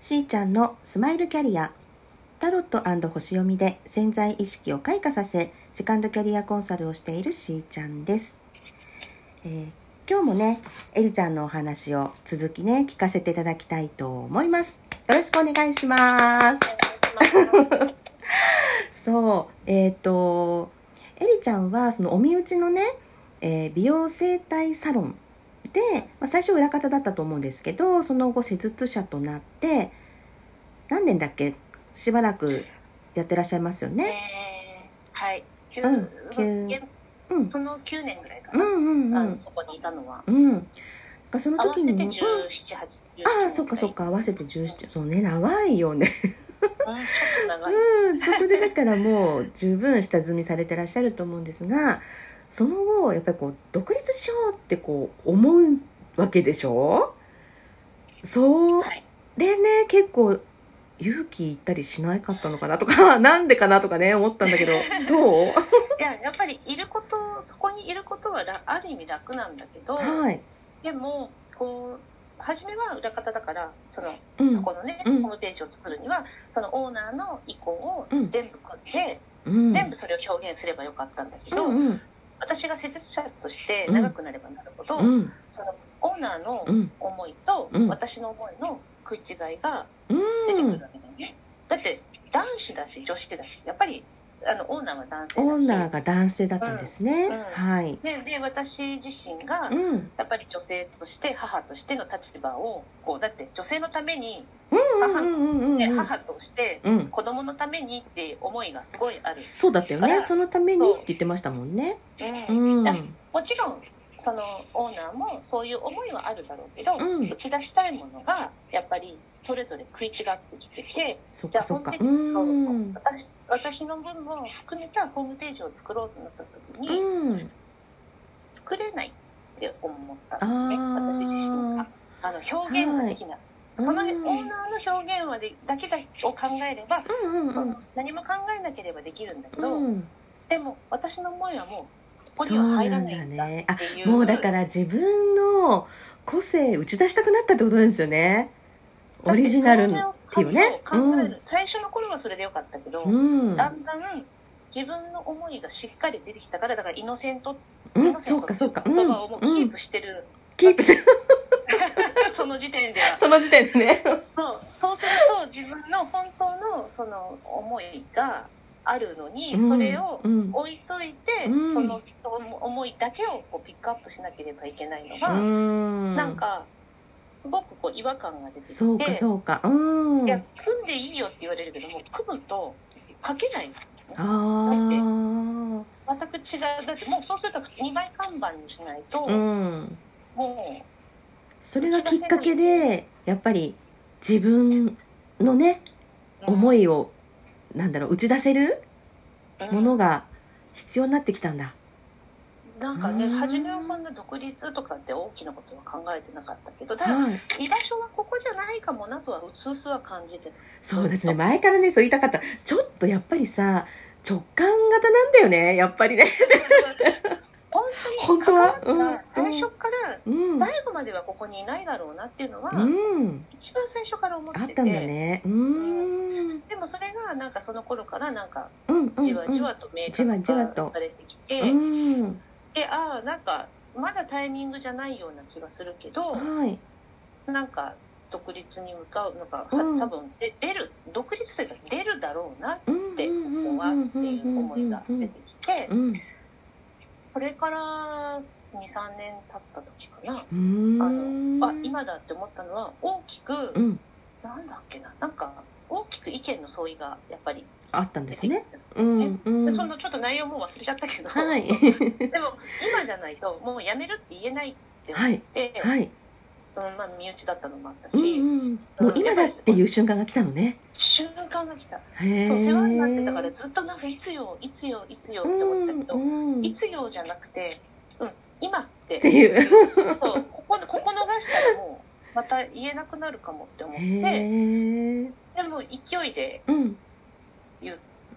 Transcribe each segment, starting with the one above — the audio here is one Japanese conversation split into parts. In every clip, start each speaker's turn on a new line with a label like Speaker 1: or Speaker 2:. Speaker 1: しーちゃんのスマイルキャリアタロット星読みで潜在意識を開花させセカンドキャリアコンサルをしているしーちゃんです、えー今日もねえりちゃんのお話を続きね聞かせていただきたいと思いますよろしくお願いします そうえっ、とえりちゃんはそのお身内のね、えー美容整体サロンで、まあ、最初裏方だったと思うんですけどその後施術者となって何年だっけしばらくやってらっしゃいますよね。
Speaker 2: ねはい。九
Speaker 1: うん九うん、
Speaker 2: その9年ぐらいか
Speaker 1: う
Speaker 2: な、
Speaker 1: んうんう
Speaker 2: あの
Speaker 1: ん
Speaker 2: そこにいたのは。
Speaker 1: うん。なんかその
Speaker 2: 合わ
Speaker 1: 時
Speaker 2: せ
Speaker 1: に
Speaker 2: て
Speaker 1: も、う
Speaker 2: 17、
Speaker 1: ん
Speaker 2: 8、
Speaker 1: ああそっかそっ。か合わせて17そうね長いよね。
Speaker 2: うん、ちょっと長い。
Speaker 1: うんそこでだからもう十分下積みされてらっしゃると思うんですがその後やっぱりこう独立しようってこう思うわけでしょそ
Speaker 2: はい。
Speaker 1: れね結構勇気いったりしなかったのかなとか なんでかなとかね思ったんだけどどう
Speaker 2: いや、やっぱりいること、そこにいることはらある意味楽なんだけど、
Speaker 1: はい、
Speaker 2: でも、こう、初めは裏方だから、その、
Speaker 1: うん、
Speaker 2: そこのね、
Speaker 1: うん
Speaker 2: ホームページを作るには、そのオーナーの意向を
Speaker 1: うん
Speaker 2: 全部組んで、
Speaker 1: うん、
Speaker 2: 全部それを表現すればよかったんだけど、
Speaker 1: うんうん
Speaker 2: 私が施術者として長くなればなるほど、
Speaker 1: うん
Speaker 2: そのオーナーの
Speaker 1: うん
Speaker 2: 思いと
Speaker 1: うん
Speaker 2: 私の思いの食い違いが出て
Speaker 1: う
Speaker 2: くる
Speaker 1: ん
Speaker 2: わけだよね、だって男子だし女子だしやっぱりあのオーナーは男
Speaker 1: オー
Speaker 2: 性
Speaker 1: ナー
Speaker 2: だし
Speaker 1: が男性だったんですね、
Speaker 2: うんうん
Speaker 1: はい
Speaker 2: でで私自身が
Speaker 1: うんうん
Speaker 2: やっぱり女性として母としての立場をこうだって女性のために、
Speaker 1: うんうんうん
Speaker 2: ね
Speaker 1: うん
Speaker 2: 母として
Speaker 1: うん
Speaker 2: 子供のためにって思いがすごいある、
Speaker 1: そうだったよ
Speaker 2: だか
Speaker 1: ね
Speaker 2: ら
Speaker 1: そのためにって言ってましたもんねう
Speaker 2: うん
Speaker 1: んう
Speaker 2: だ
Speaker 1: ん
Speaker 2: もちろんそのオーナーもそういう思いはあるだろうけど、
Speaker 1: うん
Speaker 2: 打ち出したいものがやっぱりそれぞれ食い違ってきてて
Speaker 1: そっ
Speaker 2: じゃ
Speaker 1: か
Speaker 2: あ
Speaker 1: そ
Speaker 2: ホ
Speaker 1: っ
Speaker 2: ー
Speaker 1: か
Speaker 2: ムペー
Speaker 1: う
Speaker 2: ジ作ろうと
Speaker 1: ん
Speaker 2: 私私の分も含めたホームページを作ろうとなった時に、
Speaker 1: うん
Speaker 2: 作れないって思ったんですね
Speaker 1: あ
Speaker 2: 私自身が
Speaker 1: ー
Speaker 2: あの表現ができない、そのオ
Speaker 1: う
Speaker 2: ー
Speaker 1: ん
Speaker 2: ナーの表現はでだけだを考えれば、
Speaker 1: うんうん
Speaker 2: その何も考えなければできるんだけど、
Speaker 1: うんうん
Speaker 2: でも私の思いはもうここ
Speaker 1: そ
Speaker 2: には
Speaker 1: う
Speaker 2: 入
Speaker 1: な
Speaker 2: ら
Speaker 1: ん
Speaker 2: な
Speaker 1: だ
Speaker 2: いんだっ
Speaker 1: ねあ
Speaker 2: ていう
Speaker 1: もうだから自分の個性打ち出したくなったってことなんですよねオリジナルっていうね
Speaker 2: そう考える最初の頃はそれでよかったけど、
Speaker 1: うん
Speaker 2: だんだん自分の思いがしっかり出てきたからだからイノセントって
Speaker 1: う
Speaker 2: イ
Speaker 1: ん
Speaker 2: ノセ
Speaker 1: そ
Speaker 2: ン
Speaker 1: う
Speaker 2: ト
Speaker 1: かそうかう
Speaker 2: いうん言葉をもうキ
Speaker 1: う
Speaker 2: ー
Speaker 1: ん
Speaker 2: プして る、
Speaker 1: キープし
Speaker 2: その時点では
Speaker 1: その時点でね
Speaker 2: そうそうすると自分の本当のその思いがあるのに、それを
Speaker 1: うん
Speaker 2: 置いといて、
Speaker 1: うん
Speaker 2: その思いだけをこうピックアップしなければいけないの
Speaker 1: う
Speaker 2: が、
Speaker 1: ん
Speaker 2: なんかすごくこう違和感が出てきて
Speaker 1: そうかそうかうん
Speaker 2: いや組んでいいよって言われるけども組むと書けないの
Speaker 1: あ
Speaker 2: 全く違うだってもうそうすると2枚看板にしないと、
Speaker 1: あうん
Speaker 2: も
Speaker 1: それがきっかけでやっぱり自分のね
Speaker 2: う
Speaker 1: 思
Speaker 2: い
Speaker 1: いをなんだろう打ち出せるものが必要になってきたんだ
Speaker 2: なんかね、
Speaker 1: うん
Speaker 2: 初めはそんな独立とかって大きなことは考えてなかったけどただ
Speaker 1: はい
Speaker 2: 居場所はここじゃないかもなとはうつうすは感じて
Speaker 1: そうですね前からねそう言いたかったちょっとやっぱりさ直感型なんだよねやっぱりね
Speaker 2: 本
Speaker 1: 本当
Speaker 2: 当に
Speaker 1: は
Speaker 2: 関わった
Speaker 1: うん
Speaker 2: 最初から
Speaker 1: うん
Speaker 2: 最後まではここにいないだろうなっていうのは、
Speaker 1: うん
Speaker 2: 一番最初から思って
Speaker 1: あ
Speaker 2: て
Speaker 1: ったんだねうん
Speaker 2: でもそれがなんかその頃からなんか
Speaker 1: うんうんうん
Speaker 2: じわじわと明
Speaker 1: じわじわ
Speaker 2: 確
Speaker 1: と
Speaker 2: 化されてきて、
Speaker 1: うん
Speaker 2: でああなんかまだタイミングじゃないような気がするけど、
Speaker 1: はい
Speaker 2: なんか独立に向かうのが、は
Speaker 1: うん
Speaker 2: 多分で出る独立というか出るだろうな
Speaker 1: うん
Speaker 2: っ
Speaker 1: う
Speaker 2: てこ
Speaker 1: んうん
Speaker 2: こはっていう思いが
Speaker 1: うんう
Speaker 2: 出
Speaker 1: ん
Speaker 2: てきて
Speaker 1: うん
Speaker 2: これから23年経った時かな、
Speaker 1: うん
Speaker 2: あ今だって思ったのは大きく、
Speaker 1: うん
Speaker 2: なんだっけななんか大きく意見の相違がやっぱり
Speaker 1: あったん
Speaker 2: 出
Speaker 1: で
Speaker 2: て
Speaker 1: す
Speaker 2: きて
Speaker 1: ね。うんうん
Speaker 2: でそのちょっと内容もう忘れちゃったけど、
Speaker 1: はい
Speaker 2: でも今じゃないともうやめるって言えないって
Speaker 1: は
Speaker 2: 思
Speaker 1: い
Speaker 2: って、
Speaker 1: はい
Speaker 2: うんまあ、身内だったのもあった
Speaker 1: う
Speaker 2: し、
Speaker 1: んうんもう今だっていう瞬間が来たのね
Speaker 2: 瞬間が来た
Speaker 1: へえ
Speaker 2: そう世話になってたからずっとなんかいつよいつよいつよって思ってたけど、
Speaker 1: うんうん
Speaker 2: いつよじゃなくて、うん、今って
Speaker 1: っていう
Speaker 2: そうここここ逃したらもうまた言えなくなるかもって思ってで
Speaker 1: へえ
Speaker 2: も勢いで
Speaker 1: うん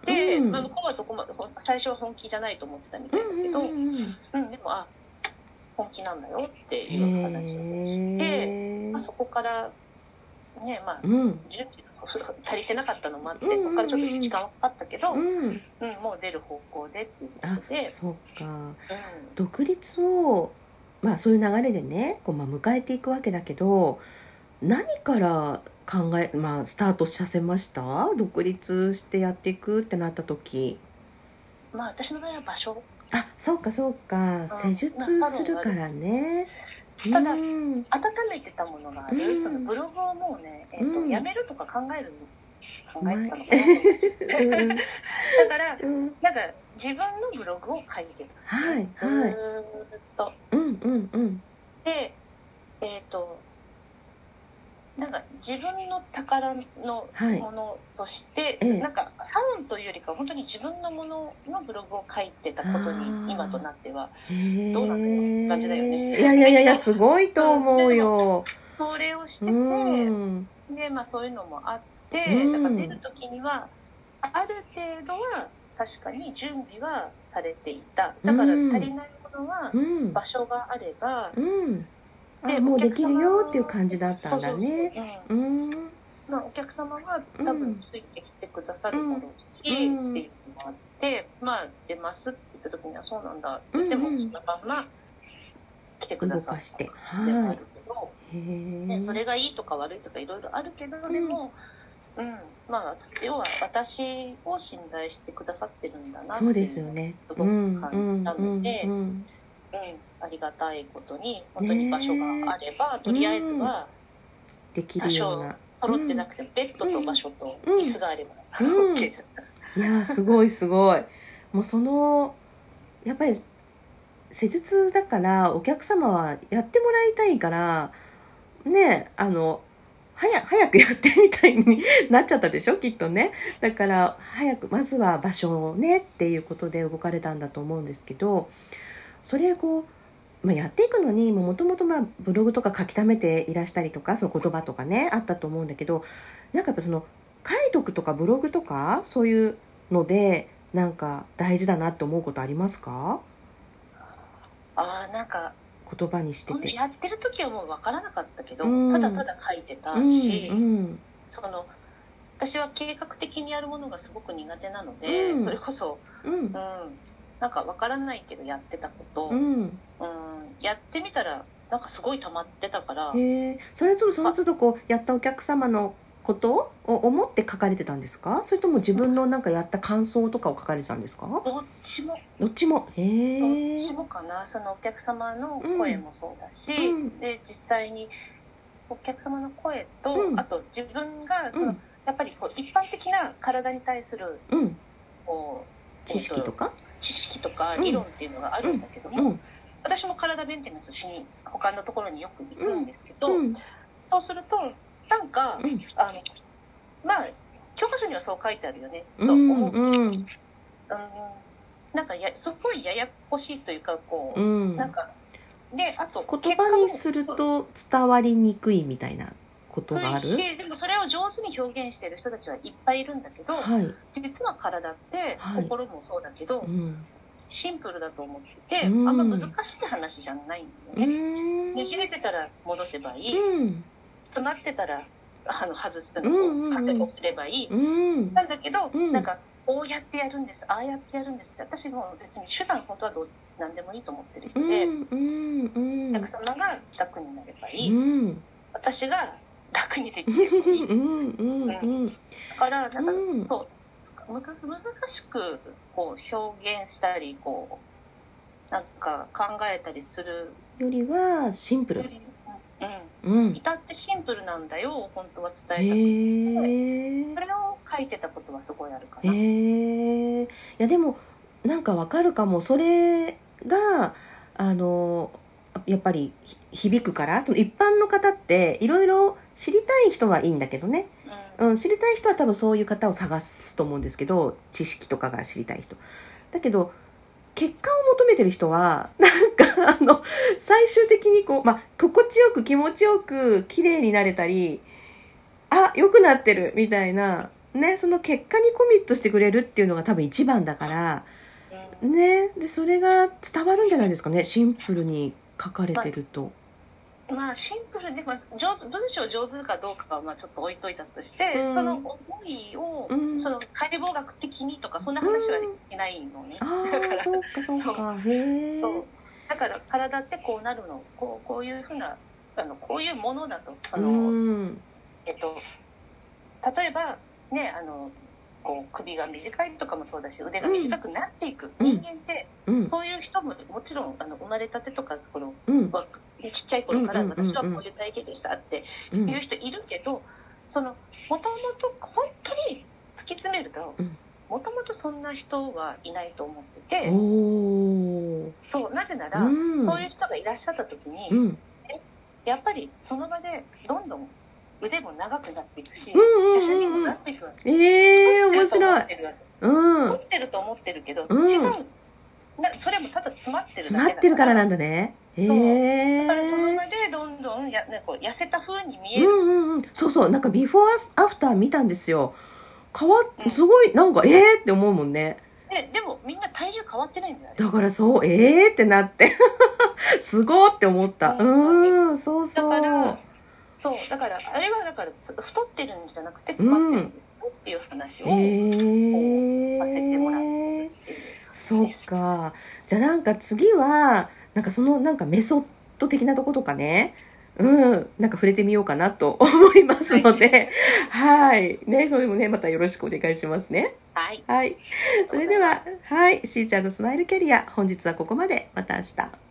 Speaker 2: で、
Speaker 1: うん
Speaker 2: まあ、向こうはどこまでほん最初は本気じゃないと思ってたみた
Speaker 1: う
Speaker 2: いだけ
Speaker 1: ん
Speaker 2: ど、
Speaker 1: う
Speaker 2: うん
Speaker 1: んうん
Speaker 2: でもあ本気なんだよっていう話をして、
Speaker 1: へえ
Speaker 2: まあ、そこからねまあ
Speaker 1: うん
Speaker 2: 準備が足りてなかったのもあって、
Speaker 1: うんうんうん
Speaker 2: そこからちょっと時間はかかったけど、うん
Speaker 1: うん
Speaker 2: もう出る方向でっていうこ
Speaker 1: あ
Speaker 2: とで、
Speaker 1: そうか
Speaker 2: う
Speaker 1: 独立をまあそういう流れでねこう、まあ、迎えていくわけだけど何から考えまあスタートさせました独立してやっていくってなった時
Speaker 2: ん、まあ私の場合は場所
Speaker 1: あそうかそうか施術するからね
Speaker 2: まあ多分ある
Speaker 1: うん
Speaker 2: 温めてたものがある、
Speaker 1: うん
Speaker 2: そのブログをもうね、えーと
Speaker 1: うん
Speaker 2: やめるとか考えるの考えてたのかな、
Speaker 1: うん
Speaker 2: だから
Speaker 1: うん
Speaker 2: なんか自分のブログを書いて
Speaker 1: はい
Speaker 2: た、
Speaker 1: はい
Speaker 2: ずーっと
Speaker 1: うんうんうん
Speaker 2: でえっ、となんか自分の宝の
Speaker 1: はい
Speaker 2: ものとして、
Speaker 1: ええ
Speaker 2: なんかサロンというよりかは本当に自分のもののブログを書いてたこと
Speaker 1: あー
Speaker 2: に今となっては
Speaker 1: へ
Speaker 2: どうなのよって感じだよね
Speaker 1: いやいやいやいやすごいと思うよ
Speaker 2: それをして
Speaker 1: う
Speaker 2: て、
Speaker 1: ん
Speaker 2: でまあそういうのもあって、
Speaker 1: うん
Speaker 2: だから出る時にはある程度は確かに準備はされていただから
Speaker 1: うん
Speaker 2: 足りないものは
Speaker 1: うん
Speaker 2: 場所があれば、
Speaker 1: うんあ
Speaker 2: で
Speaker 1: も
Speaker 2: お
Speaker 1: う
Speaker 2: 客様
Speaker 1: できるよっていう感じだったんだね
Speaker 2: そうそうそううん
Speaker 1: うん
Speaker 2: まあ、お客様が多分ついてきてくださるだろうし、
Speaker 1: うん
Speaker 2: っていうのもあって、まあ、出ますって言った時にはそうなんだって言って、
Speaker 1: うんうん
Speaker 2: もうそのまんま来てくだ
Speaker 1: 動
Speaker 2: さっ
Speaker 1: かしたて
Speaker 2: ではあ
Speaker 1: は
Speaker 2: るけど、
Speaker 1: いへ
Speaker 2: ね、そ
Speaker 1: え
Speaker 2: れがいいとか悪いとかいろいろあるけど、
Speaker 1: ん
Speaker 2: でも、うんまあ、要は私を信頼してくださってるんだなってい
Speaker 1: そううですよねうんうんうんうん
Speaker 2: うん、ありがたいことに本当に場所があれば、とりあえずは
Speaker 1: できるような
Speaker 2: 揃ってなくても、ベッドと場所と
Speaker 1: うん
Speaker 2: 椅子があれば、
Speaker 1: うん
Speaker 2: OK
Speaker 1: いやーすごいすごいもうそのやっぱり施術だからお客様はやってもらいたいからねあの早早くやってみたいになっちゃったでしょきっとねだから早くまずは場所をねっていうことで動かれたんだと思うんですけどそれこう、まあ、やっていくのにもともとブログとか書き溜めていらしたりとかその言葉とかねあったと思うんだけどなんかやっぱその書いとくとかブログとかそういうのでなんか大事だなって思うことありますか
Speaker 2: ああなんか
Speaker 1: 言葉にして
Speaker 2: ほんと
Speaker 1: て。
Speaker 2: やってる時はもう分からなかったけど、
Speaker 1: うん
Speaker 2: ただただ書いて
Speaker 1: う
Speaker 2: た
Speaker 1: ん
Speaker 2: し、
Speaker 1: うん
Speaker 2: その私は計画的にやるものがすごく苦手なので、
Speaker 1: うん
Speaker 2: それこそ、
Speaker 1: うん
Speaker 2: うん、なんか分からないけどやってたこと、
Speaker 1: う
Speaker 2: うん
Speaker 1: ん
Speaker 2: やってみたらなんかすごい溜まってたから、
Speaker 1: へえそれとその都度こうやったお客様のことを思って書かれてたんですかそれとも自分のなんかやった感想とかを書かれてたんですか
Speaker 2: どっちも
Speaker 1: どっちもへ
Speaker 2: どっ
Speaker 1: え
Speaker 2: ちもかなそのお客様の声もそうだし、
Speaker 1: うん
Speaker 2: で実際にお客様の声と、
Speaker 1: うん
Speaker 2: あと自分がその、
Speaker 1: うん
Speaker 2: やっぱりこう一般的な体に対する
Speaker 1: うん
Speaker 2: こ
Speaker 1: 知識とか
Speaker 2: う知識とか
Speaker 1: うん
Speaker 2: 理論っていうのがあるんだけども、
Speaker 1: うん
Speaker 2: 私も体メンテナンスしに他のところによく行くんですけど、
Speaker 1: うん
Speaker 2: そうするとなんか、
Speaker 1: うん
Speaker 2: あのまあ教科書にはそう書いてあるよねと
Speaker 1: う
Speaker 2: 思
Speaker 1: ん
Speaker 2: う、
Speaker 1: うん
Speaker 2: うんなんかやすごいややこしいというかこう、
Speaker 1: うん
Speaker 2: なんかであと
Speaker 1: 言葉にすると伝わりにくいみたいなこと
Speaker 2: 結
Speaker 1: が
Speaker 2: 果も
Speaker 1: あ
Speaker 2: そう
Speaker 1: る
Speaker 2: しでもそれを上手に表現してる人たちはいっぱいいるんだけど、
Speaker 1: はい
Speaker 2: 実は体って
Speaker 1: はい
Speaker 2: 心もそうだけど、
Speaker 1: うん
Speaker 2: シンプルだと思ってて、
Speaker 1: うん
Speaker 2: あんま難しい話じゃないんだ
Speaker 1: う
Speaker 2: よね。
Speaker 1: ん
Speaker 2: ねじれてたら戻せばいい、
Speaker 1: うん
Speaker 2: 詰まってたらあの外す
Speaker 1: うんうんうん
Speaker 2: のを勝手にすればいい、
Speaker 1: うん
Speaker 2: なんだけど、
Speaker 1: うん
Speaker 2: なんかこうやってやるんですああやってやるんですって私も別に手段本当はどう何でもいいと思ってる
Speaker 1: う
Speaker 2: 人で、
Speaker 1: んうんうん
Speaker 2: お客様が楽になればいい、
Speaker 1: うん
Speaker 2: 私が楽にでき
Speaker 1: う
Speaker 2: ればい い
Speaker 1: んうんうん
Speaker 2: だからなんか、
Speaker 1: うん
Speaker 2: そうむか難しくこう表現したりこうなんか考えたりする、
Speaker 1: よりはシンプ
Speaker 2: う
Speaker 1: ル
Speaker 2: ん、
Speaker 1: う
Speaker 2: 至
Speaker 1: ん
Speaker 2: ってシンプルなんだよ本当は
Speaker 1: へ
Speaker 2: 伝えたくて、
Speaker 1: え
Speaker 2: それを書いてたことはすごいあるかな。
Speaker 1: へえいやでもなんかわかるかもそれがあのやっぱりひ響くからその一般の方っていろいろ知りたい人はいいんだけどね
Speaker 2: うん
Speaker 1: うん、知りたい人は多分そういう方を探すと思うんですけど知識とかが知りたい人だけど結果を求めてる人はなんかあの最終的にこう、まあ、心地よく気持ちよく綺麗になれたりあ良くなってるみたいな、ね、その結果にコミットしてくれるっていうのが多分一番だから、
Speaker 2: うん
Speaker 1: ね、でそれが伝わるんじゃないですかねシンプルに書かれてると。
Speaker 2: まあシンプルで、まあ、上手文章上手かどうかはまあちょっと置いといたとして、
Speaker 1: うん
Speaker 2: その思いを、
Speaker 1: うん
Speaker 2: その解剖学的にとかそんな話はできないのね、
Speaker 1: あ
Speaker 2: だか
Speaker 1: あ
Speaker 2: ら
Speaker 1: そうかそうかへえ
Speaker 2: そうだから体ってこうなるのこうこういうふうなあのこういうものだとそうの、
Speaker 1: ん
Speaker 2: えっと、例えばねあのこう首が短いとかもそうだし腕が短くなっていく、
Speaker 1: うん
Speaker 2: 人間って
Speaker 1: うん
Speaker 2: そういう人ももちろんあの生まれたてとかその
Speaker 1: うん
Speaker 2: わちっちゃい頃か
Speaker 1: う
Speaker 2: ら
Speaker 1: んうんうんうん
Speaker 2: 私はこういう体型でしたって
Speaker 1: う
Speaker 2: いうん人いるけどそのもともと本当に突き詰めると
Speaker 1: うん
Speaker 2: もともとそんな人はいないと思ってて
Speaker 1: おお
Speaker 2: そうなぜなら、
Speaker 1: うん
Speaker 2: そういう人がいらっしゃった時に、
Speaker 1: うんうん
Speaker 2: やっぱりその場でどんどん腕も長くなっていくし、
Speaker 1: うん
Speaker 2: 写真にも
Speaker 1: うんう
Speaker 2: なんっていくわけ
Speaker 1: ええ面白
Speaker 2: 凝っ
Speaker 1: い
Speaker 2: てるわけ
Speaker 1: う
Speaker 2: 凝
Speaker 1: ん
Speaker 2: ってると思ってるけど、
Speaker 1: うん
Speaker 2: 違うなそれもただ詰まってるだけだ
Speaker 1: 詰まってるからなん
Speaker 2: だ
Speaker 1: だねへ
Speaker 2: う
Speaker 1: え
Speaker 2: からその場でどんどんやなんかこう痩せた風に見え
Speaker 1: う
Speaker 2: る、
Speaker 1: んうんうんそうそうなんかビフォーアフター見たんですよ変わ
Speaker 2: うん
Speaker 1: すごいなんかええって思うもんね
Speaker 2: ででもみんな体重変わってないんじゃない
Speaker 1: だからそうええってなって すごいって思ったうんそう
Speaker 2: だ
Speaker 1: そ
Speaker 2: か
Speaker 1: う
Speaker 2: らそうだからあれはだからつ太ってるんじゃなくて詰まってるんですよっていう話を、させてもらっ
Speaker 1: ええそうかじゃあなんか次はなんかそのなんかメソッド的なとことかねうん、なんか触れてみようかなと 思いますので、はい、ね、それもね、またよろしくお願いしますね。
Speaker 2: はい
Speaker 1: はい。それでは、はい。しーちゃんのスマイルキャリア、本日はここまで。また明日。